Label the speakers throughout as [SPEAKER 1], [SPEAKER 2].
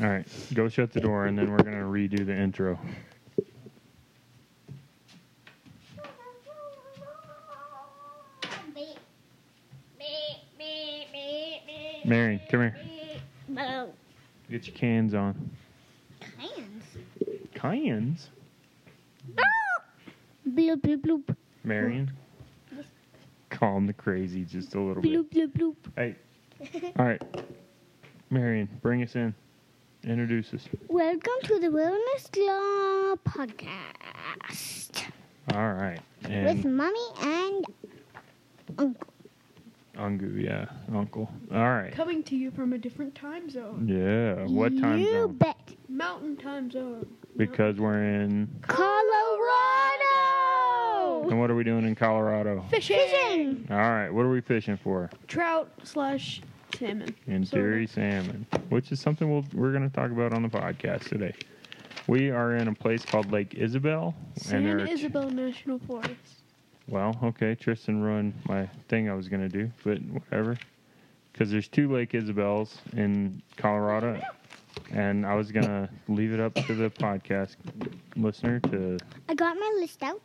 [SPEAKER 1] All right, go shut the door, and then we're gonna redo the intro. Mary, come here.
[SPEAKER 2] Well,
[SPEAKER 1] Get your cans on.
[SPEAKER 2] hands.
[SPEAKER 1] Cans,
[SPEAKER 2] Bloop, bloop, bloop.
[SPEAKER 1] Marion. Calm the crazy just a little bit.
[SPEAKER 2] Bloop, bloop, bloop.
[SPEAKER 1] Hey, all right, Marion, bring us in. Introduce us.
[SPEAKER 2] Welcome to the Wellness Club podcast
[SPEAKER 1] All right,
[SPEAKER 2] with
[SPEAKER 1] and
[SPEAKER 2] Mommy and Uncle.
[SPEAKER 1] Ungu, yeah, Uncle. All right,
[SPEAKER 3] Coming to you from a different time zone.
[SPEAKER 1] yeah. What time
[SPEAKER 2] you
[SPEAKER 1] zone?
[SPEAKER 2] bet.
[SPEAKER 3] Mountain time zone.
[SPEAKER 1] Because we're in.
[SPEAKER 2] Colorado!
[SPEAKER 1] And what are we doing in Colorado?
[SPEAKER 3] Fishing.
[SPEAKER 2] Fishing!
[SPEAKER 1] All right, what are we fishing for?
[SPEAKER 3] Trout slash salmon.
[SPEAKER 1] and
[SPEAKER 3] Sorta.
[SPEAKER 1] dairy salmon, which is something we'll, we're going to talk about on the podcast today. We are in a place called Lake Isabel,
[SPEAKER 3] San
[SPEAKER 1] there are t-
[SPEAKER 3] Isabel National Forest.
[SPEAKER 1] well, okay, Tristan ruined my thing I was going to do, but whatever. Because there's two Lake Isabels in Colorado, and I was going to leave it up to the podcast listener to
[SPEAKER 2] I got my list out.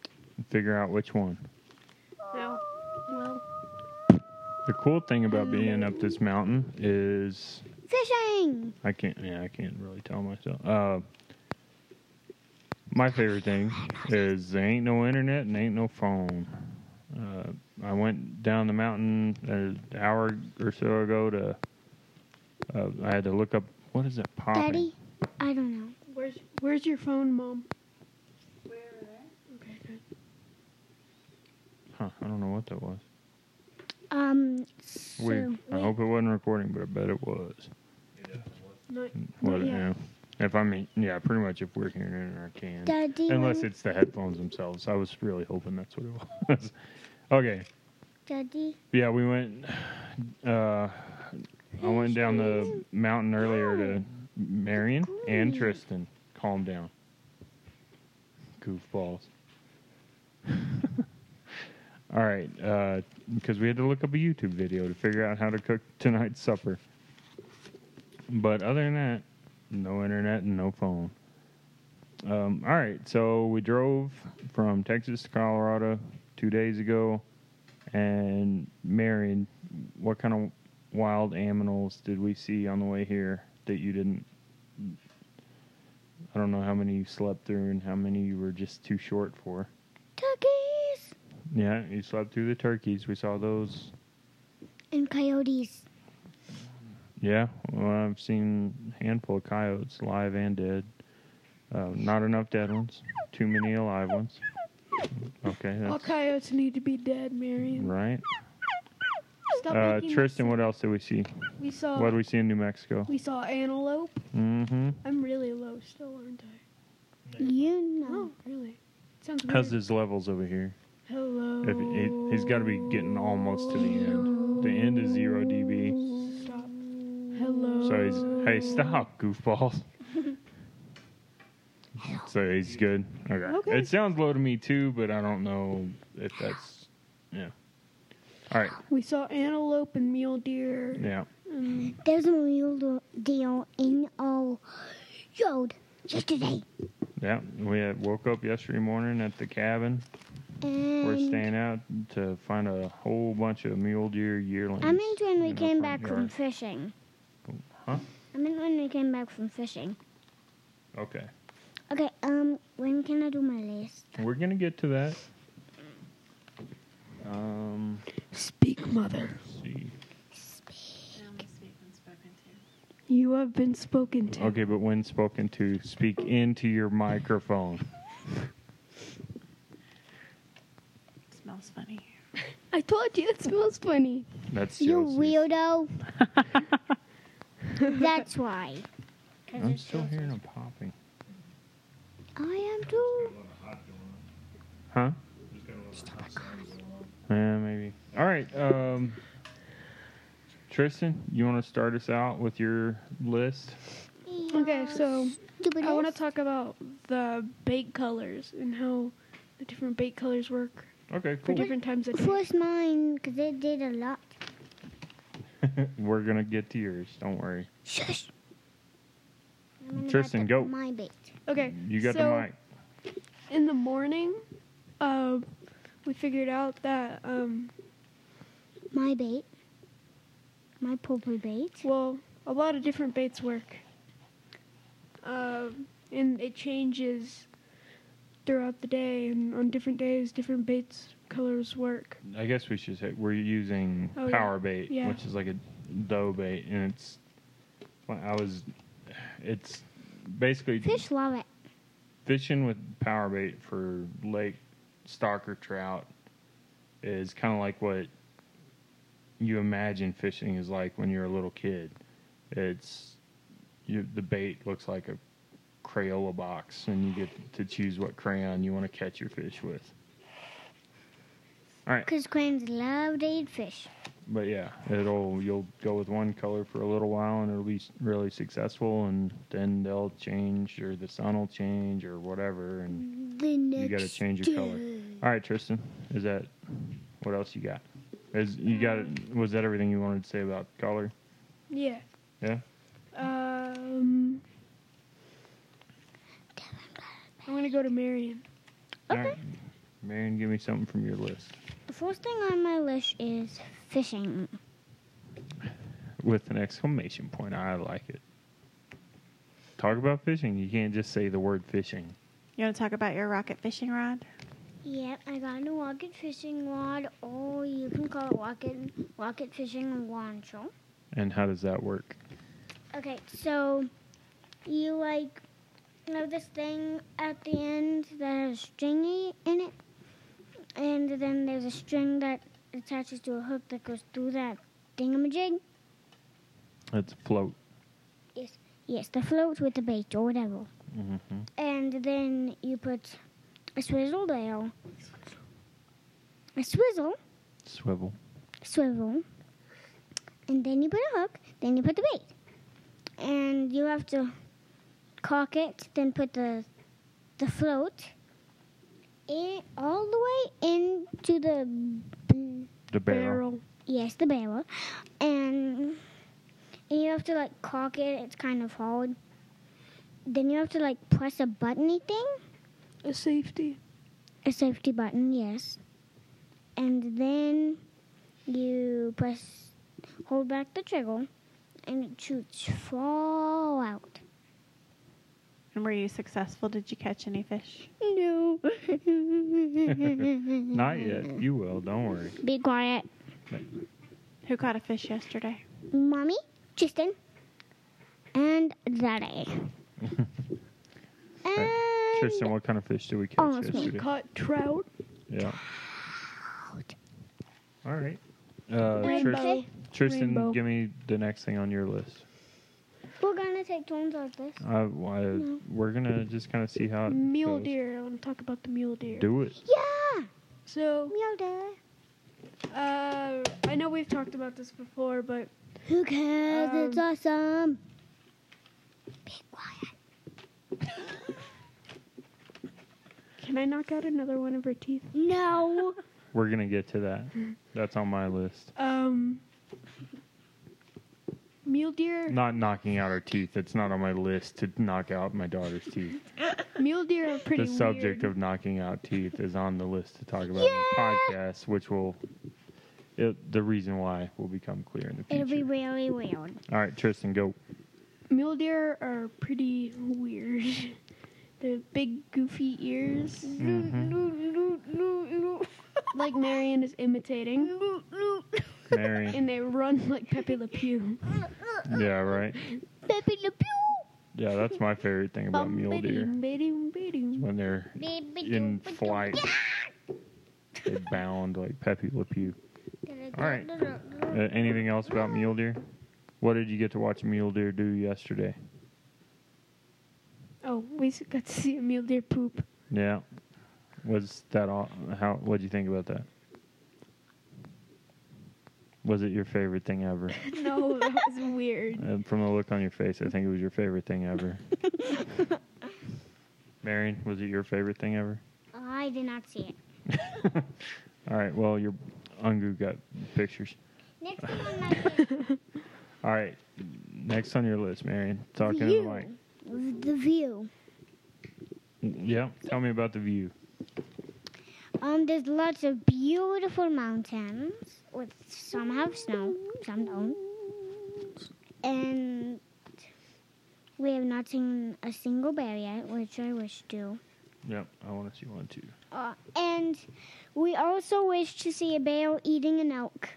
[SPEAKER 1] figure out which one.
[SPEAKER 3] No. Well,
[SPEAKER 1] The cool thing about being up this mountain is
[SPEAKER 2] Fishing!
[SPEAKER 1] I can't. Yeah, I can't really tell myself. Uh, my favorite thing is there ain't no internet and ain't no phone. Uh, I went down the mountain an hour or so ago to. Uh, I had to look up what is that popping.
[SPEAKER 2] Daddy? I don't know.
[SPEAKER 3] where's where's your phone, mom? Okay, good.
[SPEAKER 1] Huh, I don't know what that was.
[SPEAKER 2] Um, so,
[SPEAKER 1] Weird. I hope it wasn't recording, but I bet it was.
[SPEAKER 3] Not,
[SPEAKER 1] Was
[SPEAKER 3] not
[SPEAKER 1] it?
[SPEAKER 3] yet.
[SPEAKER 1] Yeah. If I mean, yeah, pretty much. If we're hearing it in our can.
[SPEAKER 2] Daddy,
[SPEAKER 1] Unless
[SPEAKER 2] when-
[SPEAKER 1] it's the headphones themselves. I was really hoping that's what it was. okay.
[SPEAKER 2] Daddy,
[SPEAKER 1] Yeah, we went. Uh, I went down the mountain earlier to Marion and Tristan. Calm down, goofballs. All right, uh, because we had to look up a YouTube video to figure out how to cook tonight's supper. But other than that, no internet and no phone. Um, all right, so we drove from Texas to Colorado two days ago and Marion, what kind of wild animals did we see on the way here that you didn't? I don't know how many you slept through and how many you were just too short for.
[SPEAKER 2] turkeys
[SPEAKER 1] Yeah, you slept through the turkeys. We saw those.
[SPEAKER 2] and coyotes.
[SPEAKER 1] Yeah, well, I've seen a handful of coyotes, live and dead. Uh, not enough dead ones, too many alive ones. Okay,
[SPEAKER 3] All
[SPEAKER 1] that's
[SPEAKER 3] coyotes need to be dead, Marion.
[SPEAKER 1] right.
[SPEAKER 3] Stop
[SPEAKER 1] Uh,
[SPEAKER 3] making
[SPEAKER 1] Tristan,
[SPEAKER 3] this-
[SPEAKER 1] what else did we see?
[SPEAKER 3] we saw
[SPEAKER 1] What did we see in New Mexico?
[SPEAKER 3] we saw antelope.
[SPEAKER 1] Mm-hmm.
[SPEAKER 3] I'm really low still, aren't I?
[SPEAKER 2] You know.
[SPEAKER 3] Oh, really? Sounds weird.
[SPEAKER 1] How's his levels over here?
[SPEAKER 3] Hello.
[SPEAKER 1] If he, he's got to be getting almost to the end. The end is zero dB.
[SPEAKER 3] Stop. Oh, Hello.
[SPEAKER 1] So he's hey stop goofballs. So he's good. Okay.
[SPEAKER 3] Okay.
[SPEAKER 1] It sounds low to me too, but I don't know if that's yeah. All right.
[SPEAKER 3] We saw antelope and mule deer.
[SPEAKER 1] Yeah.
[SPEAKER 3] And
[SPEAKER 2] There's a real deal in all road yesterday.
[SPEAKER 1] Yeah. We had woke up yesterday morning at the cabin.
[SPEAKER 2] And
[SPEAKER 1] We're staying out to find a whole bunch of mule deer yearlings.
[SPEAKER 2] I meant when we
[SPEAKER 1] in our
[SPEAKER 2] came back
[SPEAKER 1] front
[SPEAKER 2] from
[SPEAKER 1] yard.
[SPEAKER 2] fishing.
[SPEAKER 1] Huh?
[SPEAKER 2] I meant when we came back from fishing.
[SPEAKER 1] Okay.
[SPEAKER 2] Okay, um, when can I do my list?
[SPEAKER 1] We're gonna get to that. Um.
[SPEAKER 3] speak, mother.
[SPEAKER 1] Let's see.
[SPEAKER 3] You have been spoken to.
[SPEAKER 1] Okay, but when spoken to, speak into your microphone.
[SPEAKER 4] Smells funny.
[SPEAKER 3] I told you it smells funny.
[SPEAKER 1] That's
[SPEAKER 2] You
[SPEAKER 1] Josie's.
[SPEAKER 2] weirdo. That's why.
[SPEAKER 1] I'm still hearing them popping.
[SPEAKER 2] I am too.
[SPEAKER 1] Huh? Yeah, maybe. All right. Um, Tristan, you want to start us out with your list?
[SPEAKER 3] Okay, so
[SPEAKER 2] Stupid
[SPEAKER 3] I want to
[SPEAKER 2] list.
[SPEAKER 3] talk about the bait colors and how the different bait colors work
[SPEAKER 1] Okay,
[SPEAKER 3] for
[SPEAKER 1] cool.
[SPEAKER 3] different times of day.
[SPEAKER 2] First mine, because it did a lot.
[SPEAKER 1] We're gonna get to yours. Don't worry.
[SPEAKER 2] Shush. I'm gonna
[SPEAKER 1] Tristan,
[SPEAKER 2] put
[SPEAKER 1] go.
[SPEAKER 2] My bait.
[SPEAKER 3] Okay.
[SPEAKER 1] You got
[SPEAKER 3] so
[SPEAKER 1] the mic.
[SPEAKER 3] In the morning, uh, we figured out that um,
[SPEAKER 2] My bait. My purple bait.
[SPEAKER 3] well, a lot of different baits work, Um and it changes throughout the day. And on different days, different baits colors work.
[SPEAKER 1] I guess we should say we're using
[SPEAKER 3] Oh, yeah.
[SPEAKER 1] power bait,
[SPEAKER 3] Yeah.
[SPEAKER 1] which is like a dough bait, and it's. Well, I was, it's basically
[SPEAKER 2] Fish love it.
[SPEAKER 1] fishing with power bait for lake stalker trout is kind of like what you imagine fishing is like when you're a little kid. It's you, the bait looks like a Crayola box, and you get to choose what crayon you want to catch your fish with. All right,
[SPEAKER 2] Because crabs love to eat fish.
[SPEAKER 1] but yeah, it'll you'll go with one color for a little while, and it'll be s- really successful, and then they'll change, or the sun will change, or whatever, and
[SPEAKER 2] The next
[SPEAKER 1] you got to change your color.
[SPEAKER 2] day.
[SPEAKER 1] All right, Tristan, is that what else you got? Is you got was that everything you wanted to say about color?
[SPEAKER 3] Yeah.
[SPEAKER 1] Yeah.
[SPEAKER 3] Um, I'm gonna go to Marion.
[SPEAKER 1] Okay. Marion, give me something from your list
[SPEAKER 2] The first thing on my list is fishing.
[SPEAKER 1] with an exclamation point. I like it. Talk about fishing. You can't just say the word fishing.
[SPEAKER 4] You want to talk about your rocket fishing rod?
[SPEAKER 2] Yep, I got a new rocket fishing rod, or you can call it rocket rocket fishing launcher.
[SPEAKER 1] And how does that work?
[SPEAKER 2] Okay, so you like have this thing at the end that has stringy in it, and then there's a string that attaches to a hook that goes through that thingamajig.
[SPEAKER 1] It's float.
[SPEAKER 2] Yes, the float with the bait or whatever.
[SPEAKER 1] hmm
[SPEAKER 2] And then you put a swizzle there. A swizzle,
[SPEAKER 1] Swivel.
[SPEAKER 2] swivel. And then you put a hook, then you put the bait. And you have to cock it, then put the the float in, all the way into the b-
[SPEAKER 1] The barrel.
[SPEAKER 2] yes, the barrel. And and you have to like cock it, it's kind of hard. Then you have to like press a buttony thing.
[SPEAKER 3] A safety.
[SPEAKER 2] a safety button, yes. And then you press, hold back the trigger, and it shoots far out.
[SPEAKER 4] And were you successful? Did you catch any fish?
[SPEAKER 2] No.
[SPEAKER 1] Not yet. You will. Don't worry.
[SPEAKER 2] Be quiet.
[SPEAKER 4] Who caught a fish yesterday?
[SPEAKER 2] Mommy, Tristan, and Daddy. and
[SPEAKER 1] Tristan, what kind of fish did we catch
[SPEAKER 2] Oh, it's me.
[SPEAKER 3] We
[SPEAKER 1] yesterday?
[SPEAKER 3] caught trout.
[SPEAKER 1] Yeah. All right. Uh, Tristan.
[SPEAKER 2] Okay,
[SPEAKER 1] Tristan,
[SPEAKER 3] Rainbow.
[SPEAKER 1] give me the next thing on your list.
[SPEAKER 2] we're gonna take turns like this.
[SPEAKER 1] I, I, We're gonna just kind of see how it
[SPEAKER 3] Mule
[SPEAKER 1] goes.
[SPEAKER 3] deer. I want to talk about the mule deer.
[SPEAKER 1] Do it.
[SPEAKER 2] Yeah,
[SPEAKER 3] So,
[SPEAKER 2] meow dad.
[SPEAKER 3] uh, I know we've talked about this before, but
[SPEAKER 2] Who cares? it's
[SPEAKER 3] Um,
[SPEAKER 2] awesome. Be quiet.
[SPEAKER 3] can I knock out another one of her teeth?
[SPEAKER 2] No.
[SPEAKER 1] We're gonna get to that. That's on my list.
[SPEAKER 3] Um, mule deer.
[SPEAKER 1] Not knocking out her teeth. It's not on my list to knock out my daughter's teeth.
[SPEAKER 3] Mule deer are pretty.
[SPEAKER 1] the subject
[SPEAKER 3] weird.
[SPEAKER 1] of knocking out teeth is on the list to talk about
[SPEAKER 2] Yeah.
[SPEAKER 1] in the podcast, which will it, the reason why will become clear in the
[SPEAKER 2] It'll be
[SPEAKER 1] future.
[SPEAKER 2] really weird.
[SPEAKER 1] All right, Tristan, go.
[SPEAKER 3] mule deer are pretty weird. They're big, goofy ears, Mm-hmm. like Marion is imitating,
[SPEAKER 1] Mary.
[SPEAKER 3] and they run like Pepe Le Pew.
[SPEAKER 1] yeah, right.
[SPEAKER 2] Pepe Le Pew.
[SPEAKER 1] Yeah, that's my favorite thing about mule deer when they're in flight. they bound like Pepe Le Pew. All right. Uh, anything else about mule deer? What did you get to watch mule deer do yesterday?
[SPEAKER 3] Oh, we s- got to see a mule deer poop.
[SPEAKER 1] Yeah, was that all? How? What'd you think about that? Was it your favorite thing ever?
[SPEAKER 3] No, that was weird.
[SPEAKER 1] Uh, from the look on your face, I think it was your favorite thing ever. Marion, was it your favorite thing ever?
[SPEAKER 2] I did not see it.
[SPEAKER 1] All right. Well, your Ungu got pictures.
[SPEAKER 2] Next thing on my list.
[SPEAKER 1] All right. Next on your list, Marion. Talking to the
[SPEAKER 2] You.
[SPEAKER 1] mic.
[SPEAKER 2] the view.
[SPEAKER 1] Yeah. Tell me about the view.
[SPEAKER 2] Um, there's lots of beautiful mountains with some have snow, some don't. And we have not seen a single bear yet, which I wish to.
[SPEAKER 1] Yep. I want to see one too.
[SPEAKER 2] Uh, and we also wish to see a bear eating an elk.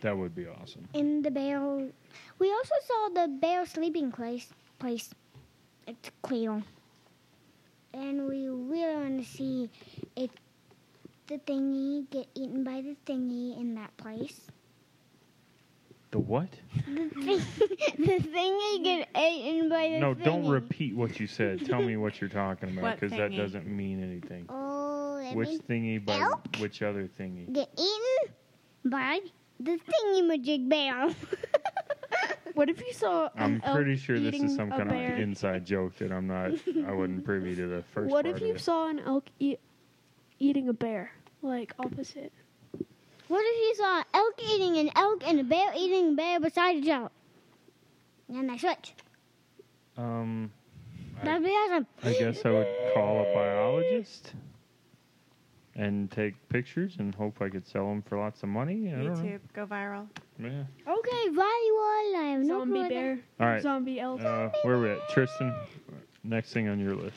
[SPEAKER 1] That would be awesome.
[SPEAKER 2] In the bear, we also saw the bear sleeping place. Place, it's clear. And we really want to see if the thingy get eaten by the thingy in that place.
[SPEAKER 1] The what?
[SPEAKER 2] The, thing, the thingy get eaten by the
[SPEAKER 1] No,
[SPEAKER 2] thingy.
[SPEAKER 1] don't repeat what you said. Tell me what you're talking about
[SPEAKER 4] What
[SPEAKER 1] because that
[SPEAKER 4] thingy?
[SPEAKER 1] doesn't mean anything.
[SPEAKER 2] Oh, let
[SPEAKER 1] Which
[SPEAKER 2] me
[SPEAKER 1] thingy by
[SPEAKER 2] Elk?
[SPEAKER 1] which other thingy?
[SPEAKER 2] get eaten by the thingy magic bear.
[SPEAKER 3] What if you saw
[SPEAKER 1] I'm
[SPEAKER 3] an elk
[SPEAKER 1] pretty sure this
[SPEAKER 3] eating
[SPEAKER 1] is some
[SPEAKER 3] a
[SPEAKER 1] kind
[SPEAKER 3] bear?
[SPEAKER 1] of inside joke that I'm not. I wasn't privy to the first.
[SPEAKER 3] What
[SPEAKER 1] part
[SPEAKER 3] if
[SPEAKER 1] of
[SPEAKER 3] you
[SPEAKER 1] it.
[SPEAKER 3] saw an elk eat, eating a bear? Like opposite.
[SPEAKER 2] What if you saw an elk eating an elk and a bear eating a bear beside each other? Then they switch.
[SPEAKER 1] Um,
[SPEAKER 2] That'd be awesome.
[SPEAKER 1] I guess I would call a biologist and take pictures and hope I could sell them for lots of money. I don't know.
[SPEAKER 4] YouTube, go viral.
[SPEAKER 1] Yeah.
[SPEAKER 2] Okay, volleyball. I have no clue
[SPEAKER 3] Zombie
[SPEAKER 2] what that-
[SPEAKER 3] bear.
[SPEAKER 1] All right.
[SPEAKER 3] Zombie elk.
[SPEAKER 1] Uh, where we at, Tristan? Next thing on your list.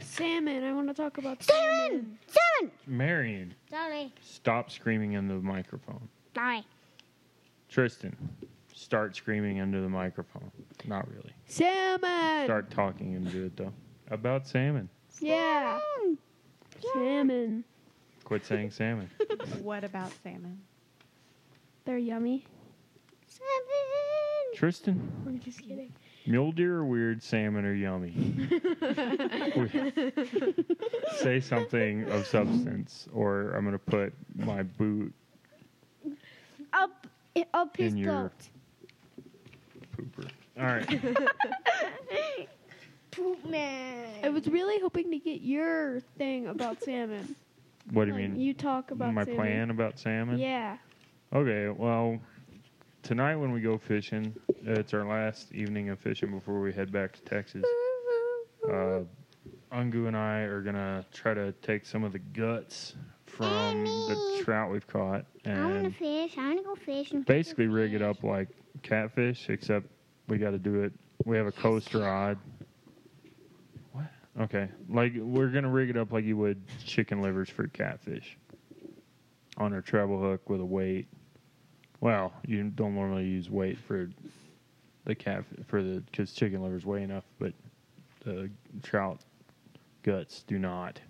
[SPEAKER 3] salmon. I want to talk about salmon.
[SPEAKER 2] Seven! Seven!
[SPEAKER 1] Marion,
[SPEAKER 2] Sorry.
[SPEAKER 1] stop screaming into the microphone.
[SPEAKER 2] Sorry.
[SPEAKER 1] Tristan, start screaming into the microphone. Not really.
[SPEAKER 3] Salmon.
[SPEAKER 1] Start talking into it though. About salmon.
[SPEAKER 3] Yeah.
[SPEAKER 2] Seven.
[SPEAKER 3] Salmon.
[SPEAKER 1] Quit saying salmon.
[SPEAKER 4] What about salmon?
[SPEAKER 3] They're yummy.
[SPEAKER 2] Seven.
[SPEAKER 1] Tristan,
[SPEAKER 3] I'm just kidding.
[SPEAKER 1] mule deer are weird, salmon are yummy. Say something of substance, or I'm gonna put my boot
[SPEAKER 2] Up, up his
[SPEAKER 1] In your-
[SPEAKER 2] throat.
[SPEAKER 1] pooper. All right.
[SPEAKER 2] Poop man.
[SPEAKER 3] I was really hoping to get your thing about salmon.
[SPEAKER 1] What do you
[SPEAKER 3] Like,
[SPEAKER 1] mean?
[SPEAKER 3] you talk about
[SPEAKER 1] my
[SPEAKER 3] salmon.
[SPEAKER 1] plan about salmon?
[SPEAKER 3] Yeah.
[SPEAKER 1] Okay, well, tonight when we go fishing, it's our last evening of fishing before we head back to Texas. Uh, Ungu and I are gonna try to take some of the guts from the
[SPEAKER 2] Mommy.
[SPEAKER 1] trout we've caught
[SPEAKER 2] I want to
[SPEAKER 1] and
[SPEAKER 2] fish. I want to go fish. And catch
[SPEAKER 1] basically
[SPEAKER 2] a
[SPEAKER 1] rig it
[SPEAKER 2] fish.
[SPEAKER 1] up like catfish, except we got to do it. We have a coast rod. What? Okay, like we're gonna rig it up like you would chicken livers for catfish on a treble hook with a weight. Well, you don't normally use weight for the cat for the because chicken livers weigh enough, but the trout guts do not.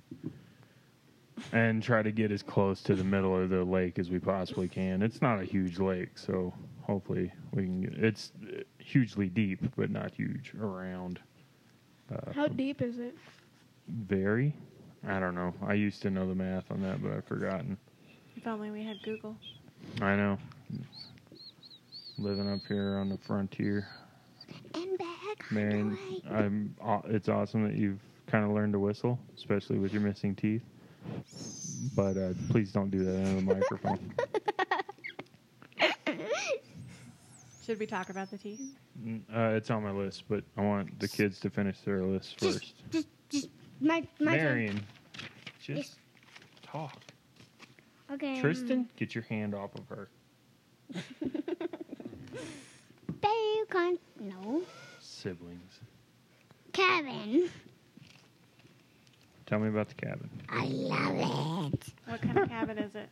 [SPEAKER 1] And try to get as close to the middle of the lake as we possibly can. It's not a huge lake, so hopefully we can. Get, it's uh, hugely deep, but not huge around. Uh,
[SPEAKER 3] How deep is it?
[SPEAKER 1] Very, I don't know. I used to know the math on that, but I've forgotten.
[SPEAKER 4] If only we had Google.
[SPEAKER 1] I know. Living up here on the frontier,
[SPEAKER 2] And back.
[SPEAKER 1] Marion, I'm. aw- It's awesome that you've kind of learned to whistle, especially with your missing teeth. But uh, please don't do that on the microphone.
[SPEAKER 4] Should we talk about the teeth?
[SPEAKER 1] N- Uh, it's on my list, but I want the kids to finish their list
[SPEAKER 2] Just-
[SPEAKER 1] first.
[SPEAKER 2] Just, just my my. turn.
[SPEAKER 1] Marion, just
[SPEAKER 2] Yes. Mm.
[SPEAKER 1] talk.
[SPEAKER 2] Okay.
[SPEAKER 1] Tristan, get your hand off of her.
[SPEAKER 2] Bacon. No.
[SPEAKER 1] Siblings.
[SPEAKER 2] Kevin.
[SPEAKER 1] Tell me about the cabin.
[SPEAKER 2] I love it.
[SPEAKER 4] What kind of cabin is it?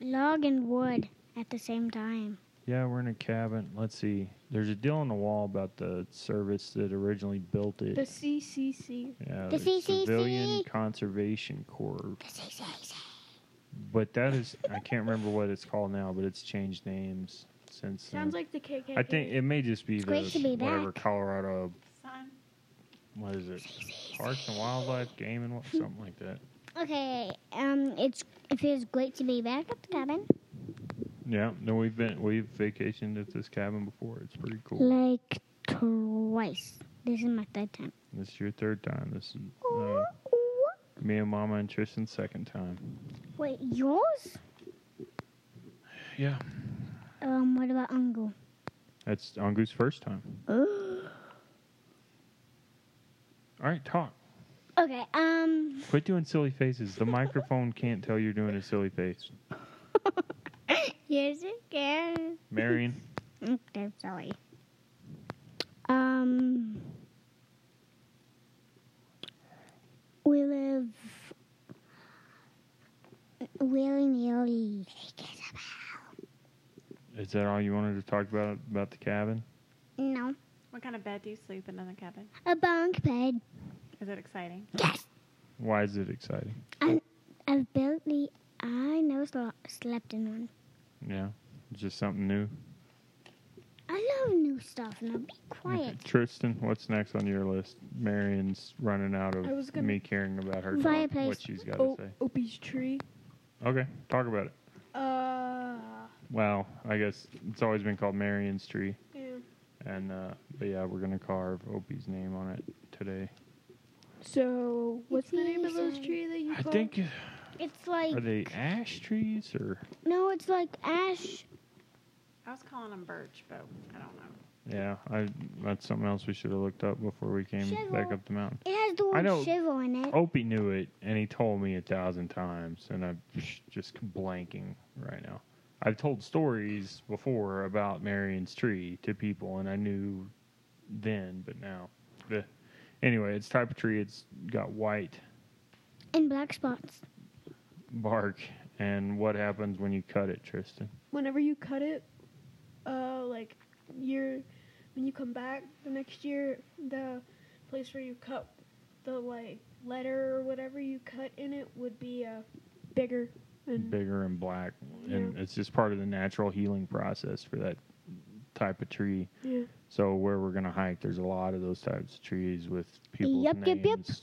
[SPEAKER 2] Log and wood at the same time.
[SPEAKER 1] Yeah, we're in a cabin. Let's see. There's a deal on the wall about the service that originally built it.
[SPEAKER 3] The CCC.
[SPEAKER 1] yeah,
[SPEAKER 2] the CCC.
[SPEAKER 1] Civilian Conservation Corps. But that is, I can't remember what it's called now, but it's changed names since. then.
[SPEAKER 3] Sounds like the KKK.
[SPEAKER 1] I think it may just be the
[SPEAKER 2] great to be
[SPEAKER 1] whatever
[SPEAKER 2] back.
[SPEAKER 1] Colorado.
[SPEAKER 4] Son.
[SPEAKER 1] What is it? Parks and Wildlife Game and what, something like that.
[SPEAKER 2] Okay. Um. It's it feels great to be back at the cabin.
[SPEAKER 1] Yeah. No, we've been we've vacationed at this cabin before. It's pretty cool.
[SPEAKER 2] Like twice. This is my third time.
[SPEAKER 1] This is your third time. This is uh, me and Mama and Tristan's second time.
[SPEAKER 2] Wait, yours?
[SPEAKER 1] Yeah.
[SPEAKER 2] Um, what about Ungu?
[SPEAKER 1] That's Angu's first time. All right, talk.
[SPEAKER 2] Okay, um,
[SPEAKER 1] Quit doing silly faces. The microphone can't tell you're doing a silly face.
[SPEAKER 2] here's again.
[SPEAKER 1] Marion,
[SPEAKER 2] Okay, sorry. Um, we live willy nilly.
[SPEAKER 1] is that all you wanted to talk about about the cabin?
[SPEAKER 2] No,
[SPEAKER 4] What kind of bed do you sleep in in the cabin?
[SPEAKER 2] a bunk bed.
[SPEAKER 4] Is it exciting?
[SPEAKER 2] Yes,
[SPEAKER 1] Why is it exciting?
[SPEAKER 2] I've built the. I never sl- slept in one.
[SPEAKER 1] Yeah, it's just something new.
[SPEAKER 2] I love new stuff. Now be quiet.
[SPEAKER 1] Tristan, what's next on your list? Marion's running out of
[SPEAKER 3] I was gonna-
[SPEAKER 1] me caring about her talk,
[SPEAKER 2] Fireplace.
[SPEAKER 1] what she's got to
[SPEAKER 3] O-
[SPEAKER 1] say.
[SPEAKER 3] Opie's Oh, tree.
[SPEAKER 1] Okay, talk about it.
[SPEAKER 3] Uh,
[SPEAKER 1] Wow, I guess it's always been called Marion's tree,
[SPEAKER 3] yeah.
[SPEAKER 1] and uh, but yeah, we're gonna carve Opie's name on it today.
[SPEAKER 3] So what's the name of those
[SPEAKER 2] Amazing.
[SPEAKER 3] tree that you?
[SPEAKER 1] I
[SPEAKER 3] call?
[SPEAKER 1] think
[SPEAKER 2] It's like
[SPEAKER 1] are they ash trees or
[SPEAKER 2] no, it's like ash.
[SPEAKER 4] I was calling them birch, but I don't know.
[SPEAKER 1] yeah? I that's something else we should have looked up before we came back
[SPEAKER 2] Cheryl.
[SPEAKER 1] up the mountain.
[SPEAKER 2] It has the
[SPEAKER 1] I
[SPEAKER 2] word
[SPEAKER 1] know. Oh.
[SPEAKER 2] shivel in it.
[SPEAKER 1] Opie knew it, and he told me a thousand times, and I'm just blanking right now. I've told stories before about Marion's tree to people, and I knew then, but now. bleh. Anyway, it's type of tree. It's got white
[SPEAKER 2] And black spots.
[SPEAKER 1] bark, and what happens when you cut it, Tristan?
[SPEAKER 3] Whenever you cut it, uh, like you're when you come back the next year, the place where you cut the like letter or whatever you cut in it would be uh bigger and
[SPEAKER 1] Bigger and black, and it's just part of the natural healing process for that type of tree.
[SPEAKER 3] yeah.
[SPEAKER 1] So where we're gonna hike, there's a lot of those types of trees with people's
[SPEAKER 2] Yep,
[SPEAKER 1] names
[SPEAKER 2] yep, yep.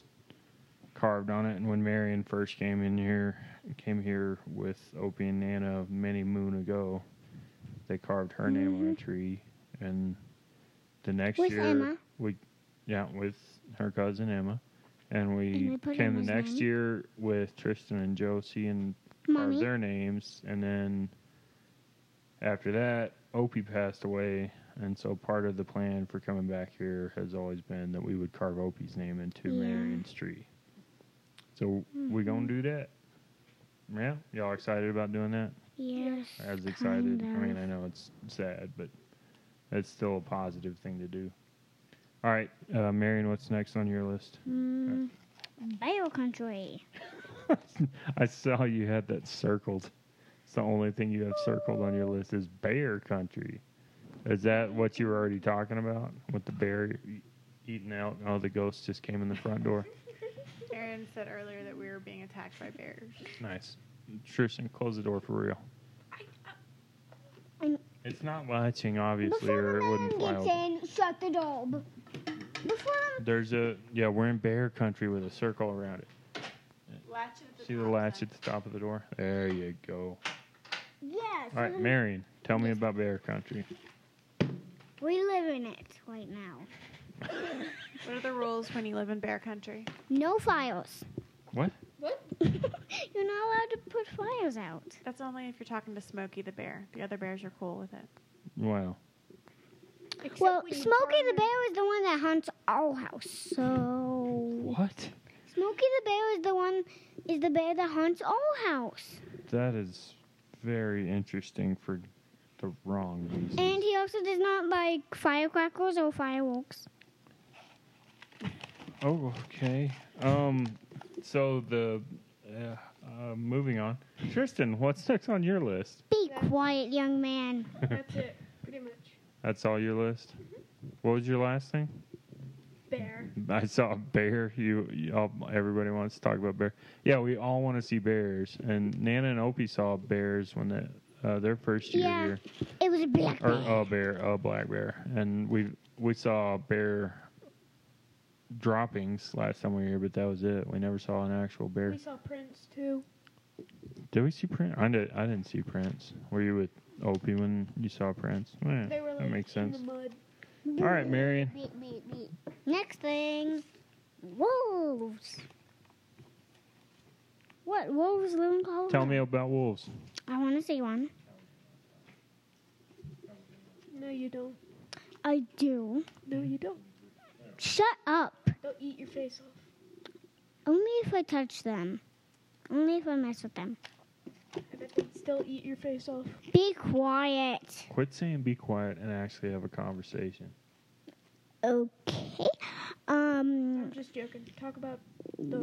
[SPEAKER 1] carved on it. And when Marion first came in here, came here with Opie and Nana many moon ago, they carved her name on a tree. And the next
[SPEAKER 2] Mm-hmm. With
[SPEAKER 1] year,
[SPEAKER 2] Emma.
[SPEAKER 1] we yeah with her cousin Emma, and we,
[SPEAKER 2] And we put
[SPEAKER 1] came the
[SPEAKER 2] Emma's
[SPEAKER 1] next
[SPEAKER 2] name.
[SPEAKER 1] year with Tristan and Josie and are
[SPEAKER 2] Mommy.
[SPEAKER 1] their names, and then after that, Opie passed away, and so part of the plan for coming back here has always been that we would carve Opie's name into
[SPEAKER 2] Yeah. Mm-hmm.
[SPEAKER 1] Marion's tree. So we gonna do that. Yeah, y'all excited about doing that?
[SPEAKER 2] Yes.
[SPEAKER 1] I was excited.
[SPEAKER 2] kind
[SPEAKER 1] I mean,
[SPEAKER 2] of.
[SPEAKER 1] I know it's sad, but that's still a positive thing to do. All right, uh, Marion, what's next on your list?
[SPEAKER 3] Mm,
[SPEAKER 2] Bear country.
[SPEAKER 1] I saw you had that circled. It's the only thing you have circled on your list is bear country. Is that what you were already talking about with the bear e- eating out? Oh, the ghost just came in the front door.
[SPEAKER 4] Aaron said earlier that we were being attacked by bears.
[SPEAKER 1] nice. Tristan, close the door for real.
[SPEAKER 2] I'm-
[SPEAKER 1] It's not latching, obviously,
[SPEAKER 2] Before
[SPEAKER 1] or it
[SPEAKER 2] the man
[SPEAKER 1] wouldn't fly
[SPEAKER 2] gets
[SPEAKER 1] open.
[SPEAKER 2] in, shut the door. B- Before
[SPEAKER 1] There's a yeah, we're in bear country with a circle around it.
[SPEAKER 4] Latch at the
[SPEAKER 1] See the
[SPEAKER 4] top,
[SPEAKER 1] latch
[SPEAKER 4] then.
[SPEAKER 1] at the top of the door? There you go.
[SPEAKER 2] yes.
[SPEAKER 1] All right, Marion, tell me about bear country.
[SPEAKER 2] we live in it right now.
[SPEAKER 4] What are the rules when you live in bear country?
[SPEAKER 2] No fires.
[SPEAKER 1] What?
[SPEAKER 2] You're not allowed to put fires out.
[SPEAKER 4] That's only if you're talking to Smokey the bear. The other bears are cool with it.
[SPEAKER 1] Wow.
[SPEAKER 3] except
[SPEAKER 2] well,
[SPEAKER 3] when you
[SPEAKER 2] Smokey the
[SPEAKER 3] partner-
[SPEAKER 2] Bear is the one that hunts our house. So
[SPEAKER 1] What?
[SPEAKER 2] Smokey the Bear is the one is the bear that hunts our house,
[SPEAKER 1] That is very interesting for the wrong reasons.
[SPEAKER 2] and he also does not like firecrackers or fireworks.
[SPEAKER 1] oh, okay. Um, so the uh, uh, moving on. Tristan, what's next on your list?
[SPEAKER 2] Be quiet, young man.
[SPEAKER 3] That's it, pretty much.
[SPEAKER 1] That's all your list.
[SPEAKER 2] Mm-hmm.
[SPEAKER 1] What was your last thing?
[SPEAKER 3] Bear.
[SPEAKER 1] I saw a bear. You, you all, everybody wants to talk about bear. Yeah, we all want to see bears. And Nana and Opie saw bears when the, uh, their first year
[SPEAKER 2] Yeah.
[SPEAKER 1] here.
[SPEAKER 2] It was a black
[SPEAKER 1] or
[SPEAKER 2] bear.
[SPEAKER 1] uh, a bear, a black bear, and we we saw bear droppings last time we were here, but that was it. We never saw an actual bear.
[SPEAKER 3] We saw Prince too.
[SPEAKER 1] Did we see Prince? I did. I didn't see Prince. Were you with Opie when you saw Prince? Yeah,
[SPEAKER 3] They were like
[SPEAKER 1] that makes sense.
[SPEAKER 3] in the mud.
[SPEAKER 1] All right, Marion.
[SPEAKER 2] Beep, beep, beep. Next thing, wolves. What wolves live in Colorado?
[SPEAKER 1] Tell me about wolves.
[SPEAKER 2] I want to see one.
[SPEAKER 3] No, you don't.
[SPEAKER 2] I do.
[SPEAKER 3] No, you don't.
[SPEAKER 2] Shut up.
[SPEAKER 3] They'll eat your face off.
[SPEAKER 2] Only if I touch them. Only if I mess with them.
[SPEAKER 3] I bet they'd still eat your face off.
[SPEAKER 2] Be quiet.
[SPEAKER 1] Quit saying be quiet and actually have a conversation.
[SPEAKER 2] Okay.
[SPEAKER 3] I'm
[SPEAKER 2] Um.
[SPEAKER 3] just joking. Talk about the.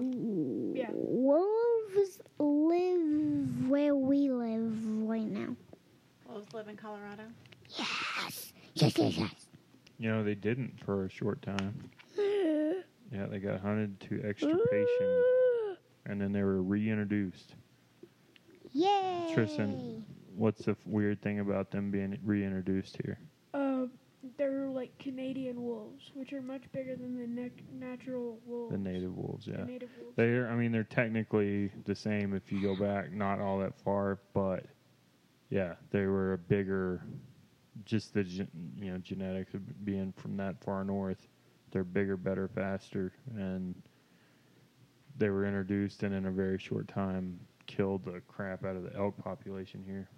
[SPEAKER 3] Yeah.
[SPEAKER 2] Wolves live where we live right now.
[SPEAKER 4] Wolves live in Colorado.
[SPEAKER 2] Yes. Yes. Yes. Yes.
[SPEAKER 1] You know, they didn't for a short time. Yeah, they got hunted to extirpation and then they were reintroduced.
[SPEAKER 2] Yay.
[SPEAKER 1] Tristan. What's the f- weird thing about them being reintroduced here?
[SPEAKER 3] Um, they're like Canadian wolves, which are much bigger than the nec- natural wolves.
[SPEAKER 1] The native wolves,
[SPEAKER 3] The
[SPEAKER 1] yeah.
[SPEAKER 3] native wolves.
[SPEAKER 1] They're, I mean, they're technically the same if you go back not all that far, but yeah, they were a bigger, just the gen- you know genetics of being from that far north. They're bigger, better, faster, and they were introduced and in a very short time killed the crap out of the elk population here.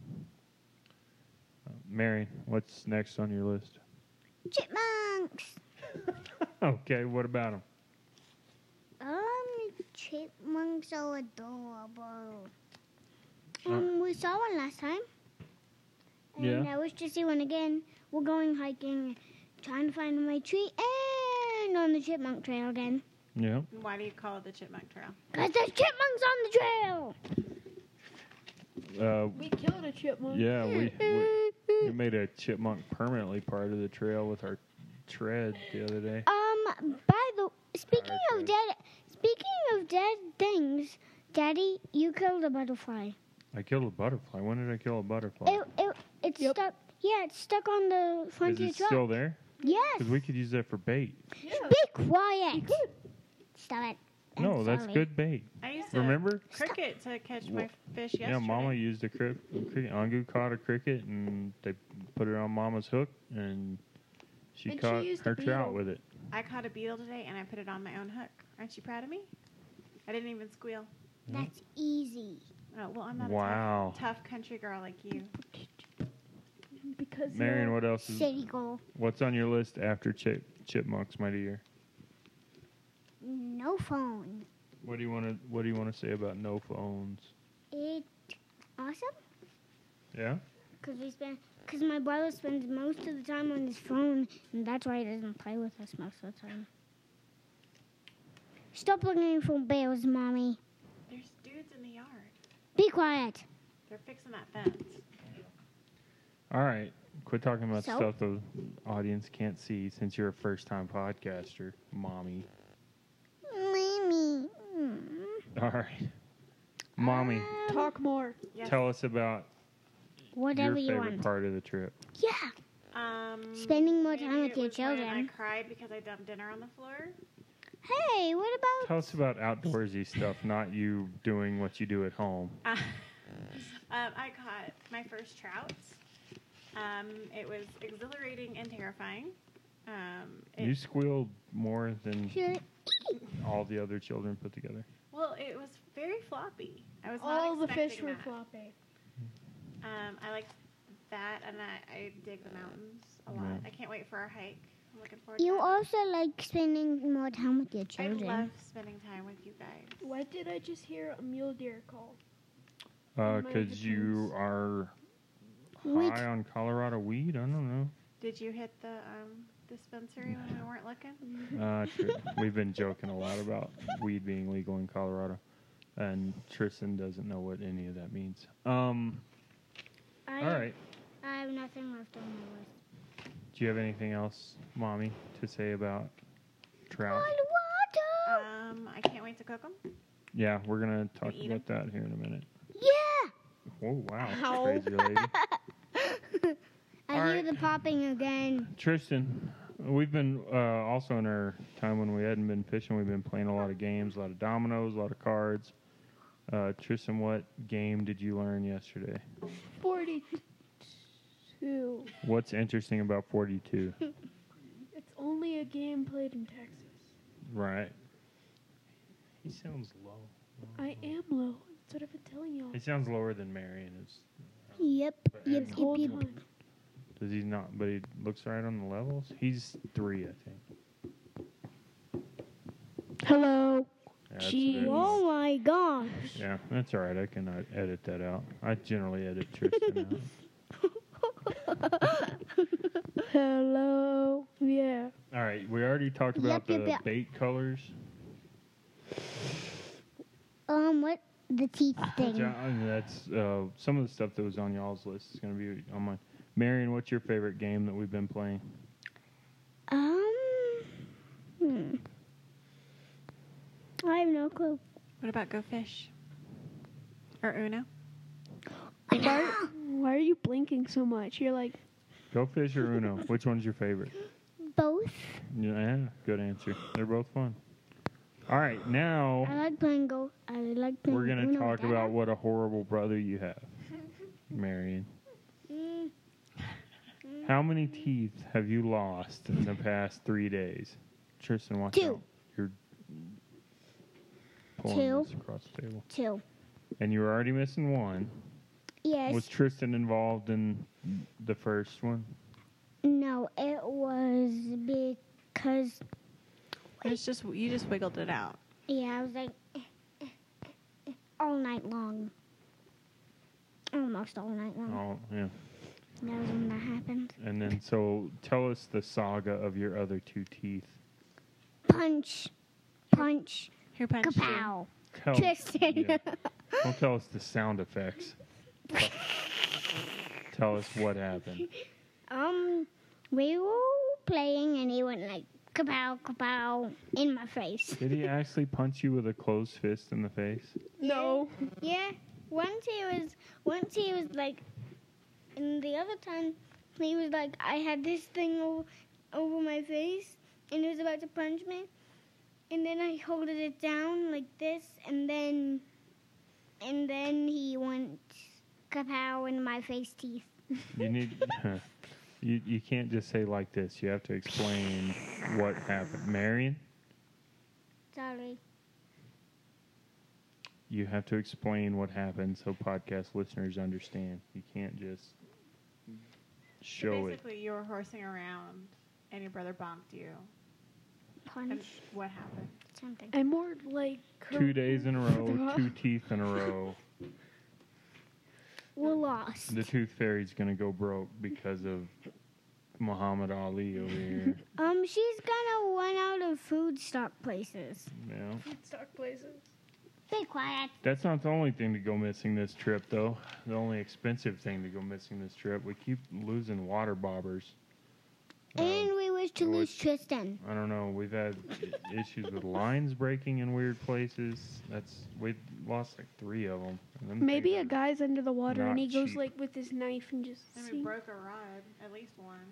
[SPEAKER 1] Uh, Mary, what's next on your list?
[SPEAKER 2] Chipmunks.
[SPEAKER 1] Okay, what about them?
[SPEAKER 2] Um, chipmunks are adorable. Um, we saw one last time. And
[SPEAKER 1] Yeah.
[SPEAKER 2] I wish to see one again. We're going hiking, trying to find my tree, and on the chipmunk trail again.
[SPEAKER 1] Yeah.
[SPEAKER 4] And why do you call it the Chipmunk Trail?
[SPEAKER 2] Cause there's chipmunks on the trail.
[SPEAKER 1] Uh,
[SPEAKER 3] We killed a chipmunk.
[SPEAKER 1] yeah, we, we We made a chipmunk permanently part of the trail with our tread the other day.
[SPEAKER 2] um, by the speaking
[SPEAKER 1] Sorry,
[SPEAKER 2] of
[SPEAKER 1] Chris.
[SPEAKER 2] dead, speaking of dead things, Daddy, you killed a butterfly.
[SPEAKER 1] I killed a butterfly. When did I kill a butterfly?
[SPEAKER 2] It it it's
[SPEAKER 3] Yep.
[SPEAKER 2] stuck. Yeah, it's stuck on the front
[SPEAKER 1] Is
[SPEAKER 2] of your
[SPEAKER 1] it
[SPEAKER 2] truck.
[SPEAKER 1] still there?
[SPEAKER 2] yes.
[SPEAKER 1] Because we could use that for bait.
[SPEAKER 3] Yeah.
[SPEAKER 2] Be quiet. Stop it. I'm
[SPEAKER 1] no, that's
[SPEAKER 2] sorry.
[SPEAKER 1] good bait.
[SPEAKER 4] I used to
[SPEAKER 1] Remember?
[SPEAKER 4] cricket to catch my fish yesterday.
[SPEAKER 1] Yeah, Mama used a cri- cricket. Angu caught a cricket, and they put it on Mama's hook, and she
[SPEAKER 3] And she
[SPEAKER 1] caught
[SPEAKER 3] used a
[SPEAKER 1] her trout
[SPEAKER 3] beetle.
[SPEAKER 1] with it.
[SPEAKER 4] I caught a beetle today and I put it on my own hook. Aren't you proud of me? I didn't even squeal.
[SPEAKER 2] That's easy.
[SPEAKER 4] Oh, well, I'm not
[SPEAKER 1] Wow.
[SPEAKER 4] a tough, tough country girl like you.
[SPEAKER 3] Because
[SPEAKER 1] Marion, what else is
[SPEAKER 2] City goal.
[SPEAKER 1] what's on your list after chip chipmunks, my dear?
[SPEAKER 2] No phone.
[SPEAKER 1] What do you want to What do you want to say about no phones?
[SPEAKER 2] It awesome
[SPEAKER 1] Yeah.
[SPEAKER 2] because we spend because my brother spends most of the time on his phone and that's why he doesn't play with us most of the time. Stop looking for bears, mommy.
[SPEAKER 4] There's dudes in the yard.
[SPEAKER 2] Be quiet.
[SPEAKER 4] They're fixing that fence.
[SPEAKER 1] All right. Quit talking about
[SPEAKER 2] So?
[SPEAKER 1] stuff the audience can't see since you're a first time podcaster, mommy.
[SPEAKER 2] Mommy.
[SPEAKER 1] All right. Mommy,
[SPEAKER 2] Ah, Um,
[SPEAKER 3] Talk more.
[SPEAKER 4] Yes.
[SPEAKER 1] tell us about
[SPEAKER 2] Whatever
[SPEAKER 1] your
[SPEAKER 2] you
[SPEAKER 1] favorite
[SPEAKER 2] want.
[SPEAKER 1] part of the trip.
[SPEAKER 2] Yeah.
[SPEAKER 4] Um,
[SPEAKER 2] Spending more time
[SPEAKER 4] maybe
[SPEAKER 2] with
[SPEAKER 4] it
[SPEAKER 2] your
[SPEAKER 4] was when
[SPEAKER 2] children.
[SPEAKER 4] I cried because I dumped dinner on the floor.
[SPEAKER 2] Hey, what about
[SPEAKER 1] Tell us about outdoorsy stuff, not you doing what you do at home.
[SPEAKER 4] Uh, um, I caught my first trout. Um, it was exhilarating and terrifying. Um, it,
[SPEAKER 1] You squealed more than
[SPEAKER 2] Should-
[SPEAKER 1] all the other children put together.
[SPEAKER 4] well, it was very floppy. I was
[SPEAKER 3] All
[SPEAKER 4] not
[SPEAKER 3] the fish
[SPEAKER 4] expecting
[SPEAKER 3] were
[SPEAKER 4] that.
[SPEAKER 3] flopping.
[SPEAKER 4] Um, I liked that, and I, I dig the mountains a lot.
[SPEAKER 1] Yeah.
[SPEAKER 4] I can't wait for our hike. I'm looking forward.
[SPEAKER 2] You
[SPEAKER 4] to
[SPEAKER 2] also like spending more time with your
[SPEAKER 4] That. I
[SPEAKER 2] children.
[SPEAKER 4] love spending time with you guys.
[SPEAKER 3] Why did I just hear a mule deer call?
[SPEAKER 2] Oh
[SPEAKER 3] Mine
[SPEAKER 1] Because Uh, you
[SPEAKER 3] depends.
[SPEAKER 1] are
[SPEAKER 2] We
[SPEAKER 1] high on Colorado weed? I don't
[SPEAKER 4] Did you hit the um, dispensary when we weren't looking?
[SPEAKER 1] know. Uh, true. We've been joking a lot about weed being legal in Colorado, and Tristan doesn't know what any of that means. Um,
[SPEAKER 2] I,
[SPEAKER 1] all right.
[SPEAKER 2] I have nothing left on my list.
[SPEAKER 1] Do you have anything else, Mommy, to say about trout?
[SPEAKER 2] water!
[SPEAKER 4] Um, I can't wait to cook them.
[SPEAKER 1] Yeah, we're gonna talk
[SPEAKER 4] eat
[SPEAKER 1] about that here in a minute.
[SPEAKER 2] yeah!
[SPEAKER 1] Oh wow,
[SPEAKER 4] Ow.
[SPEAKER 1] crazy lady.
[SPEAKER 2] I
[SPEAKER 1] All
[SPEAKER 2] hear
[SPEAKER 1] right.
[SPEAKER 2] the popping again.
[SPEAKER 1] Tristan, we've been uh, also in our time when we hadn't been fishing. We've been playing a lot of games, a lot of dominoes, a lot of cards. Uh, Tristan, what game did you learn yesterday?
[SPEAKER 3] 42.
[SPEAKER 1] What's interesting about forty-two?
[SPEAKER 3] It's only a game played in Texas.
[SPEAKER 1] right. He sounds low.
[SPEAKER 3] I am low. That's what I've been telling y'all.
[SPEAKER 1] He sounds lower than Marion is.
[SPEAKER 2] Yep,
[SPEAKER 1] But
[SPEAKER 2] yep,
[SPEAKER 1] it's
[SPEAKER 2] yep,
[SPEAKER 3] whole
[SPEAKER 2] yep.
[SPEAKER 3] time.
[SPEAKER 1] Does he not? But he looks right on the levels. He's three, I think.
[SPEAKER 3] Hello.
[SPEAKER 1] Yeah, that's
[SPEAKER 3] Gee.
[SPEAKER 1] it.
[SPEAKER 2] Oh my gosh.
[SPEAKER 1] Yeah, that's all right. I can uh, edit that out. I generally edit Tristan out.
[SPEAKER 3] Hello. Yeah.
[SPEAKER 1] All right, we already talked
[SPEAKER 2] Yep,
[SPEAKER 1] about
[SPEAKER 2] yep,
[SPEAKER 1] the
[SPEAKER 2] yep.
[SPEAKER 1] bait colors.
[SPEAKER 2] Um, what? The teeth thing.
[SPEAKER 1] Uh-huh, John, that's uh, some of the stuff that was on y'all's list is going to be on mine. Marion, what's your favorite game that we've been playing?
[SPEAKER 2] Um, hmm. I have no clue.
[SPEAKER 4] What about Go Fish? Or Uno?
[SPEAKER 3] Why, why are you blinking so much? You're like,
[SPEAKER 1] Go Fish or Uno? Which one's your favorite?
[SPEAKER 2] Both.
[SPEAKER 1] Yeah, good answer. They're both fun. All right,
[SPEAKER 2] I
[SPEAKER 1] now
[SPEAKER 2] like playing go. I like playing.
[SPEAKER 1] we're going to
[SPEAKER 2] Uno
[SPEAKER 1] talk
[SPEAKER 2] with
[SPEAKER 1] about
[SPEAKER 2] Dad.
[SPEAKER 1] what a horrible brother you have, Marion.
[SPEAKER 2] Mm,
[SPEAKER 1] How many teeth have you lost in the past three days? Tristan, watch
[SPEAKER 2] Two.
[SPEAKER 1] out. You're pulling
[SPEAKER 2] Two.
[SPEAKER 1] this across the table.
[SPEAKER 2] two.
[SPEAKER 1] And you were already missing one.
[SPEAKER 2] Yes.
[SPEAKER 1] Was Tristan involved in the first one?
[SPEAKER 2] no, it was because
[SPEAKER 4] It's just you just wiggled it out.
[SPEAKER 2] yeah, I was like all night long. Almost all night long.
[SPEAKER 1] Oh, yeah.
[SPEAKER 2] That was when that happened.
[SPEAKER 1] And then, so tell us the saga of your other two teeth.
[SPEAKER 2] Punch, punch,
[SPEAKER 4] Who punched you?
[SPEAKER 2] kapow.
[SPEAKER 1] Tell,
[SPEAKER 2] Tristan.
[SPEAKER 1] yeah. Don't tell us the sound effects. Tell- tell us what happened.
[SPEAKER 2] Um, we were playing and he went like kapow, kapow in my face.
[SPEAKER 1] Did he actually punch you with a closed fist in the face?
[SPEAKER 3] no.
[SPEAKER 2] Yeah. Once he was, once he was like, and the other time he was like, I had this thing over, over my face and he was about to punch me, and then I holded it down like this, and then, and then he went kapow in my face teeth.
[SPEAKER 1] You need. you you can't just say like this. You have to explain what happened, Marion.
[SPEAKER 2] Sorry.
[SPEAKER 1] You have to explain what happened so podcast listeners understand. You can't just
[SPEAKER 4] So
[SPEAKER 1] show it.
[SPEAKER 4] basically, you were horsing around, and your brother bonked you. And Mm-hmm.
[SPEAKER 2] Punch
[SPEAKER 4] what happened?
[SPEAKER 2] something.
[SPEAKER 3] I'm more like. cur-
[SPEAKER 1] Two days in a row, two teeth in a row.
[SPEAKER 2] We're lost.
[SPEAKER 1] The tooth fairy's gonna go broke because of Muhammad Ali over here.
[SPEAKER 2] Um, she's gonna run out of food stock places.
[SPEAKER 1] Yeah.
[SPEAKER 3] Stock places.
[SPEAKER 2] Be quiet.
[SPEAKER 1] That's not the only thing to go missing this trip, though. The only expensive thing to go missing this trip. We keep losing water bobbers. Um,
[SPEAKER 2] and we wish to
[SPEAKER 1] I
[SPEAKER 2] lose
[SPEAKER 1] wish-
[SPEAKER 2] Tristan.
[SPEAKER 1] I don't know. We've had i- issues with lines breaking in weird places. That's we've lost like three of them.
[SPEAKER 3] Maybe a guy's under the water and
[SPEAKER 1] Not
[SPEAKER 3] he goes
[SPEAKER 1] cheap.
[SPEAKER 3] like with his knife and just.
[SPEAKER 4] And we
[SPEAKER 3] see.
[SPEAKER 4] broke a rod, at least one.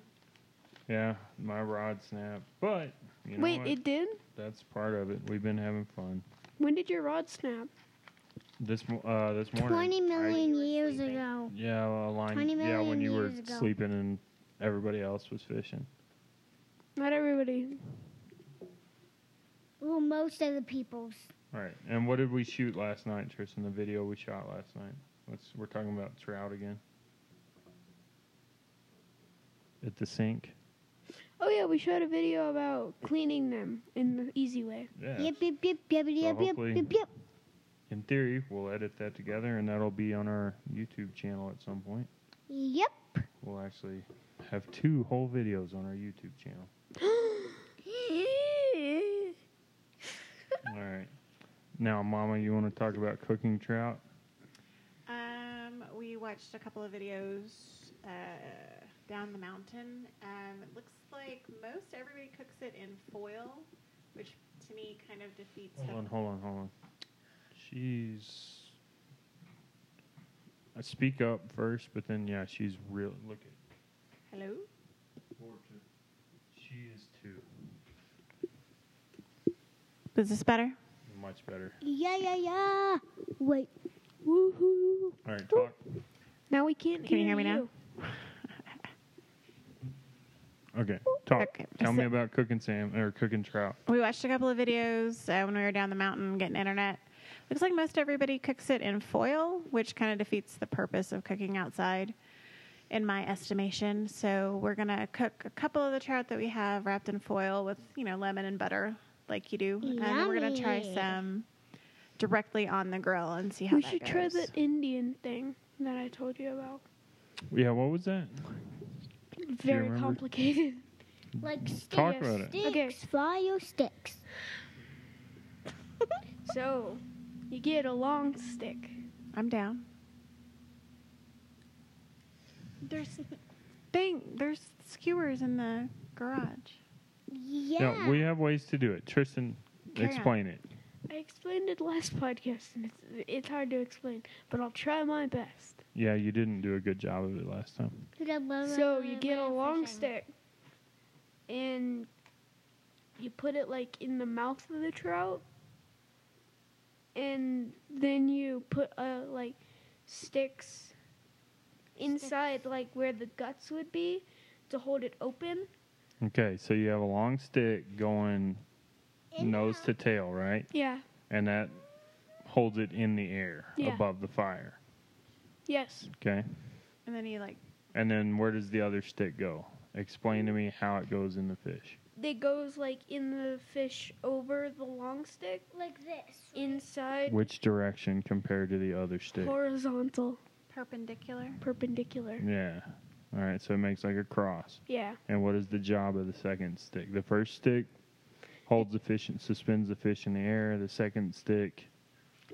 [SPEAKER 1] Yeah, my rod snapped, but you know
[SPEAKER 3] Wait,
[SPEAKER 1] what?
[SPEAKER 3] it did?
[SPEAKER 1] that's part of it. We've been having fun.
[SPEAKER 3] When did your rod snap?
[SPEAKER 1] This mo- uh, this morning.
[SPEAKER 2] Twenty million
[SPEAKER 4] you were
[SPEAKER 2] years
[SPEAKER 4] sleeping.
[SPEAKER 2] ago.
[SPEAKER 1] Yeah, a line.
[SPEAKER 2] 20
[SPEAKER 1] yeah, when
[SPEAKER 2] million
[SPEAKER 1] you were
[SPEAKER 2] years ago.
[SPEAKER 1] sleeping and everybody else was fishing.
[SPEAKER 3] Not everybody.
[SPEAKER 2] Well, most of the peoples.
[SPEAKER 1] Right. And what did we shoot last night, Tristan? The video we shot last night. Let's. We're talking about trout again. At the sink.
[SPEAKER 3] Oh yeah, we shot a video about cleaning them in the easy way.
[SPEAKER 1] Yeah.
[SPEAKER 2] Yep, yep, yep, yep, yep, yep,
[SPEAKER 1] hopefully-
[SPEAKER 2] yep, yep.
[SPEAKER 1] In theory, we'll edit that together, and that'll be on our YouTube channel at some point.
[SPEAKER 2] Yep.
[SPEAKER 1] We'll actually have two whole videos on our YouTube channel. All right. Now, Mama, you want to talk about cooking trout?
[SPEAKER 4] Um, we watched a couple of videos uh, down the mountain. Um, it looks like most everybody cooks it in foil, which to me kind of defeats
[SPEAKER 1] Hold on,
[SPEAKER 4] the.
[SPEAKER 1] hold on, hold on. She's. I speak up first, but then yeah, she's real. Look at
[SPEAKER 4] Hello.
[SPEAKER 1] four two. She is two.
[SPEAKER 4] Is this better?
[SPEAKER 1] Much better.
[SPEAKER 2] Yeah, yeah, yeah. Wait.
[SPEAKER 3] Woohoo!
[SPEAKER 1] All right, talk.
[SPEAKER 3] Now we can't.
[SPEAKER 4] Can you hear me now?
[SPEAKER 1] Okay, talk.
[SPEAKER 4] Okay,
[SPEAKER 1] Tell
[SPEAKER 4] so-
[SPEAKER 1] me about cooking Sam or cooking trout.
[SPEAKER 4] We watched a couple of videos uh, when we were down the mountain getting internet. Looks like most everybody cooks it in foil, which kind of defeats the purpose of cooking outside. in my estimation. So we're gonna cook a couple of the trout that we have wrapped in foil with you know lemon and butter, like you do, and we're gonna try
[SPEAKER 2] Yummy.
[SPEAKER 4] some directly on the grill and see how
[SPEAKER 3] We
[SPEAKER 4] that
[SPEAKER 3] should
[SPEAKER 4] goes.
[SPEAKER 3] try the Indian thing that I told you about.
[SPEAKER 1] Yeah, what was that?
[SPEAKER 3] Very
[SPEAKER 1] remember?
[SPEAKER 3] complicated.
[SPEAKER 2] Like sticks,
[SPEAKER 1] Talk about it.
[SPEAKER 2] sticks,
[SPEAKER 3] Okay.
[SPEAKER 2] fire sticks.
[SPEAKER 3] So, you get a long stick.
[SPEAKER 4] I'm down. There's thing. There's skewers in the garage.
[SPEAKER 2] Yeah.
[SPEAKER 1] No, we have ways to do it. Tristan,
[SPEAKER 4] Carry on.
[SPEAKER 1] explain it.
[SPEAKER 3] I explained it last podcast, and it's, it's hard to explain, but I'll try my best.
[SPEAKER 1] Yeah, you didn't do a good job of it last time.
[SPEAKER 2] Could I love
[SPEAKER 3] so,
[SPEAKER 2] it?
[SPEAKER 3] you get a
[SPEAKER 2] Fishing.
[SPEAKER 3] long stick, and you put it like in the mouth of the trout, and then you put uh, like sticks inside, like where the guts would be, to hold it open.
[SPEAKER 1] Okay, so you have a long stick going
[SPEAKER 2] In
[SPEAKER 1] nose
[SPEAKER 2] the-
[SPEAKER 1] to tail, right?
[SPEAKER 3] Yeah.
[SPEAKER 1] And that holds it in the air
[SPEAKER 3] Yeah.
[SPEAKER 1] above the fire.
[SPEAKER 3] Yes.
[SPEAKER 1] Okay.
[SPEAKER 4] And then you like
[SPEAKER 1] And then where does the other stick go? Explain to me how it goes in the fish.
[SPEAKER 3] It goes like in the fish over the long stick,
[SPEAKER 2] like this.
[SPEAKER 3] inside
[SPEAKER 1] Which direction compared to the other stick?
[SPEAKER 3] horizontal,
[SPEAKER 4] perpendicular.
[SPEAKER 3] perpendicular.
[SPEAKER 1] Yeah. All right, so it makes like a cross.
[SPEAKER 3] Yeah.
[SPEAKER 1] And what is the job of the second stick? The first stick holds the fish and suspends the fish in the air. The second stick,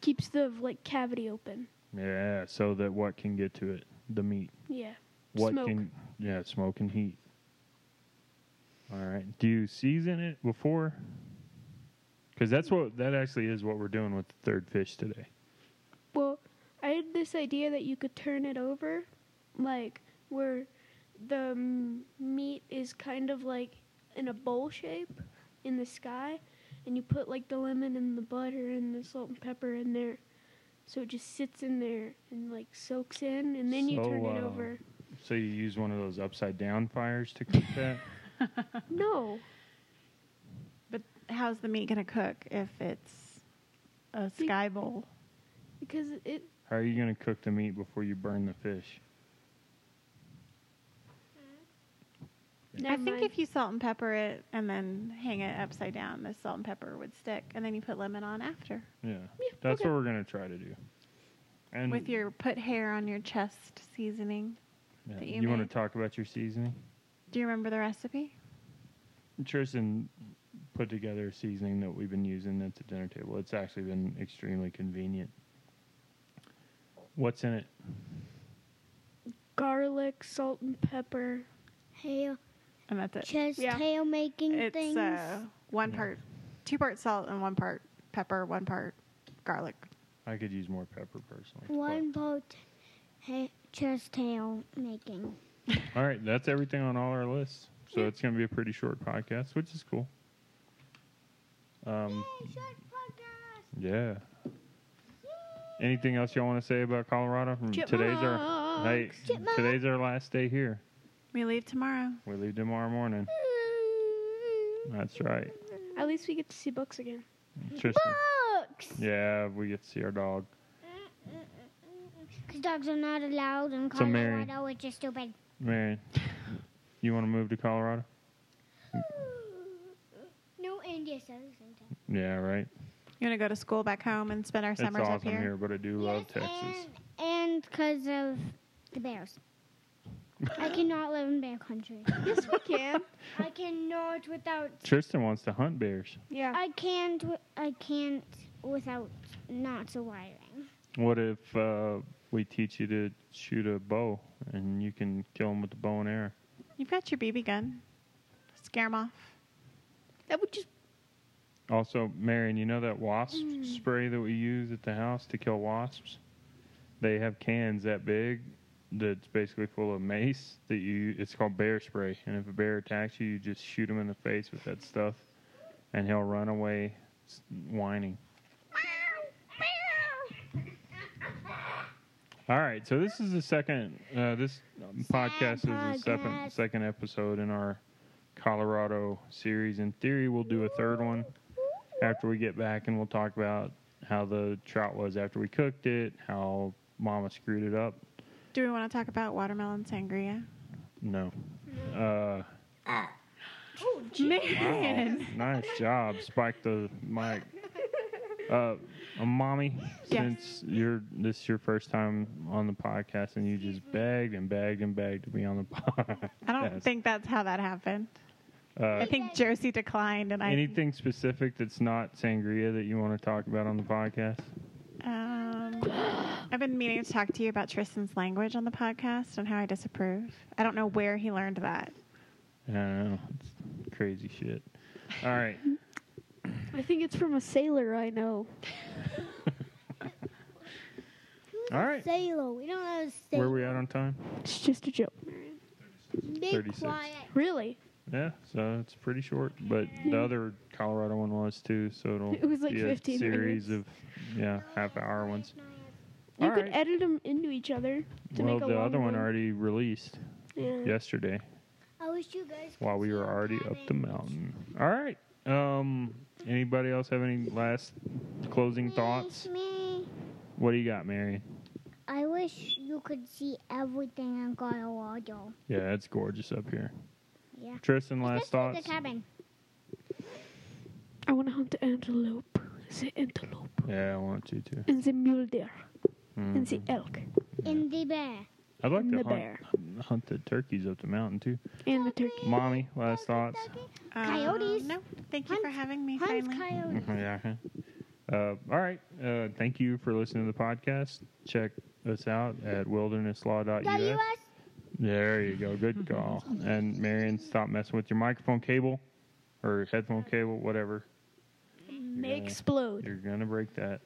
[SPEAKER 3] Keeps the like cavity open.
[SPEAKER 1] yeah, so that what can get to it? The meat.
[SPEAKER 3] Yeah.
[SPEAKER 1] What
[SPEAKER 3] Smoke.
[SPEAKER 1] can yeah, smoke and heat. All right. Do you season it before? Cuz that's what that actually is what we're doing with the third fish today.
[SPEAKER 3] Well, I had this idea that you could turn it over, like where the mm, meat is kind of like in a bowl shape in the sky, and you put like the lemon and the butter and the salt and pepper in there. So it just sits in there and like soaks in, and then you
[SPEAKER 1] So,
[SPEAKER 3] turn it
[SPEAKER 1] uh,
[SPEAKER 3] over.
[SPEAKER 1] So you use one of those upside down fires to cook that?
[SPEAKER 3] No,
[SPEAKER 4] How's the meat gonna cook if it's a sky bowl?
[SPEAKER 3] because it
[SPEAKER 1] How are you going to cook the meat before you burn the fish?
[SPEAKER 4] I
[SPEAKER 3] never
[SPEAKER 4] think
[SPEAKER 3] mind.
[SPEAKER 4] if you salt and pepper it and then hang it upside down, the salt and pepper would stick. And then you put lemon on after.
[SPEAKER 1] Yeah. That's
[SPEAKER 3] okay.
[SPEAKER 1] what we're going to try to do. And
[SPEAKER 4] With your put hair on your chest seasoning.
[SPEAKER 1] yeah,
[SPEAKER 4] that you
[SPEAKER 1] you want
[SPEAKER 4] made.
[SPEAKER 1] to talk about your seasoning?
[SPEAKER 4] Do you remember the recipe?
[SPEAKER 1] Tristan put together a seasoning that we've been using at the dinner table. It's actually been extremely convenient. What's in it?
[SPEAKER 3] garlic, salt, and pepper.
[SPEAKER 2] Hail,
[SPEAKER 4] And that's it.
[SPEAKER 2] chest
[SPEAKER 3] Yeah.
[SPEAKER 2] tail making
[SPEAKER 4] It's
[SPEAKER 2] things.
[SPEAKER 4] uh, one
[SPEAKER 1] Yeah.
[SPEAKER 4] part, two part salt and one part pepper, one part garlic.
[SPEAKER 1] I could use more pepper personally. but-
[SPEAKER 2] One boat, ha- chest tail making.
[SPEAKER 1] All right, that's everything on all our lists. So it's going to be a pretty short podcast, which is cool. Um, yeah. Anything else y'all want to say about Colorado? Hmm, Mm, Today's our hey,
[SPEAKER 2] Chipmunks.
[SPEAKER 1] today's our last day here.
[SPEAKER 4] We leave tomorrow.
[SPEAKER 1] We leave tomorrow morning. That's right,
[SPEAKER 3] At least we get to see books again.
[SPEAKER 1] Tristan.
[SPEAKER 2] Books.
[SPEAKER 1] Yeah, we get to see our dog.
[SPEAKER 2] Because dogs are not allowed in
[SPEAKER 1] So, Mary-
[SPEAKER 2] Colorado, which is stupid.
[SPEAKER 1] Man, you want to move to Colorado?
[SPEAKER 2] No, and yes, at the same time.
[SPEAKER 1] Yeah, right.
[SPEAKER 4] You want to go to school back home and spend our
[SPEAKER 1] It's
[SPEAKER 4] summers
[SPEAKER 1] awesome
[SPEAKER 4] up here?
[SPEAKER 1] here, but I do love
[SPEAKER 2] yes,
[SPEAKER 1] Texas.
[SPEAKER 2] And because of the bears. I cannot live in bear country.
[SPEAKER 3] Yes, we can.
[SPEAKER 2] I cannot without.
[SPEAKER 1] Tristan wants to hunt bears.
[SPEAKER 3] yeah.
[SPEAKER 2] I can't. wi- I can't without not surviving.
[SPEAKER 1] What if uh, we teach you to shoot a bow and you can kill them with the bow and arrow?
[SPEAKER 4] You've got your BB gun. Scare them off.
[SPEAKER 3] that would just
[SPEAKER 1] Also, Marion, you know that wasp spray that we use at the house to kill wasps? They have cans that big that's basically full of mace that you it's called bear spray and if a bear attacks you you just shoot him in the face with that stuff and he'll run away s- whining all right so this is the second uh, this um, podcast is the
[SPEAKER 2] podcast.
[SPEAKER 1] second, second episode in our colorado series in theory we'll do a third one after we get back and we'll talk about how the trout was after we cooked it, how mama screwed it up,
[SPEAKER 4] Do we want to talk about watermelon sangria?
[SPEAKER 1] No. Uh,
[SPEAKER 3] Oh,
[SPEAKER 1] wow.
[SPEAKER 4] Mm-hmm. Man.
[SPEAKER 1] nice job, Spike the mic. Uh, uh, mommy,
[SPEAKER 4] Yes.
[SPEAKER 1] since you're this is your first time on the podcast and you just
[SPEAKER 4] Mm-hmm.
[SPEAKER 1] begged and begged and begged to be on the podcast.
[SPEAKER 4] I don't think that's how that happened.
[SPEAKER 1] Uh,
[SPEAKER 4] I think Josie declined, and I
[SPEAKER 1] anything specific that's not sangria that you want to talk about on the podcast?
[SPEAKER 4] Um, I've been meaning to talk to you about Tristan's language on the podcast and how I disapprove. I don't know where he learned that.
[SPEAKER 1] I don't know. It's crazy shit. All right.
[SPEAKER 3] I think it's from a sailor I know.
[SPEAKER 1] All right.
[SPEAKER 2] Sailor. We don't know
[SPEAKER 1] Where
[SPEAKER 2] sailor.
[SPEAKER 1] are we at on time?
[SPEAKER 3] It's just a joke.
[SPEAKER 2] Be
[SPEAKER 1] 36.
[SPEAKER 2] quiet.
[SPEAKER 3] Really?
[SPEAKER 1] Yeah, so it's pretty short, but the other Colorado one was too, so it'll
[SPEAKER 3] It was like
[SPEAKER 1] be a
[SPEAKER 3] 15
[SPEAKER 1] series
[SPEAKER 3] minutes.
[SPEAKER 1] of yeah half hour ones.
[SPEAKER 3] You
[SPEAKER 1] All
[SPEAKER 3] could
[SPEAKER 1] right.
[SPEAKER 3] edit them into each other to
[SPEAKER 1] well,
[SPEAKER 3] make a
[SPEAKER 1] the
[SPEAKER 3] long
[SPEAKER 1] other one already released
[SPEAKER 3] Yeah.
[SPEAKER 1] yesterday
[SPEAKER 2] I wish you guys. could
[SPEAKER 1] while we
[SPEAKER 2] see
[SPEAKER 1] were
[SPEAKER 2] the
[SPEAKER 1] already up the
[SPEAKER 2] cabbage.
[SPEAKER 1] mountain. All right. Um, anybody else have any last closing
[SPEAKER 2] Me,
[SPEAKER 1] thoughts?
[SPEAKER 2] Me.
[SPEAKER 1] What do you got, Mary?
[SPEAKER 2] I wish you could see everything in Colorado.
[SPEAKER 1] Yeah, it's gorgeous up here.
[SPEAKER 2] Yeah.
[SPEAKER 1] Tristan, last
[SPEAKER 2] Especially
[SPEAKER 1] thoughts?
[SPEAKER 2] The cabin.
[SPEAKER 3] I want to hunt the antelope, the antelope,
[SPEAKER 1] Yeah, I want you to.
[SPEAKER 3] and the mule deer, and
[SPEAKER 1] Mm.
[SPEAKER 3] the elk,
[SPEAKER 2] In the bear.
[SPEAKER 1] I'd like
[SPEAKER 3] and
[SPEAKER 1] to
[SPEAKER 3] the
[SPEAKER 1] hunt,
[SPEAKER 3] bear,
[SPEAKER 1] hunt the turkeys up the mountain too.
[SPEAKER 3] and the turkey.
[SPEAKER 1] Mommy, last thoughts?
[SPEAKER 4] Um,
[SPEAKER 2] Coyotes.
[SPEAKER 4] No, thank you for having me.
[SPEAKER 2] Hunt's
[SPEAKER 4] finally.
[SPEAKER 2] coyote.
[SPEAKER 1] yeah. Uh, all right. Uh, thank you for listening to the podcast. Check us out at
[SPEAKER 2] W
[SPEAKER 1] wildernesslaw.us.
[SPEAKER 2] S.
[SPEAKER 1] There you go. Good call. And Marion, stop messing with your microphone cable or headphone cable, whatever.
[SPEAKER 3] May
[SPEAKER 1] gonna-
[SPEAKER 3] explode.
[SPEAKER 1] You're going to break that.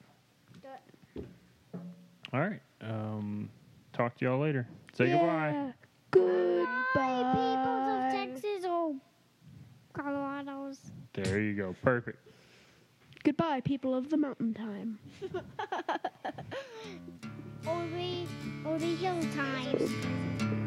[SPEAKER 1] All right. Um, talk to y'all later. Say goodbye.
[SPEAKER 3] Yeah. Goodbye.
[SPEAKER 2] Hi, peoples of Texas or Colorado's.
[SPEAKER 1] There you go. Perfect.
[SPEAKER 3] Goodbye, people of the mountain time.
[SPEAKER 2] Or the, or the hill times.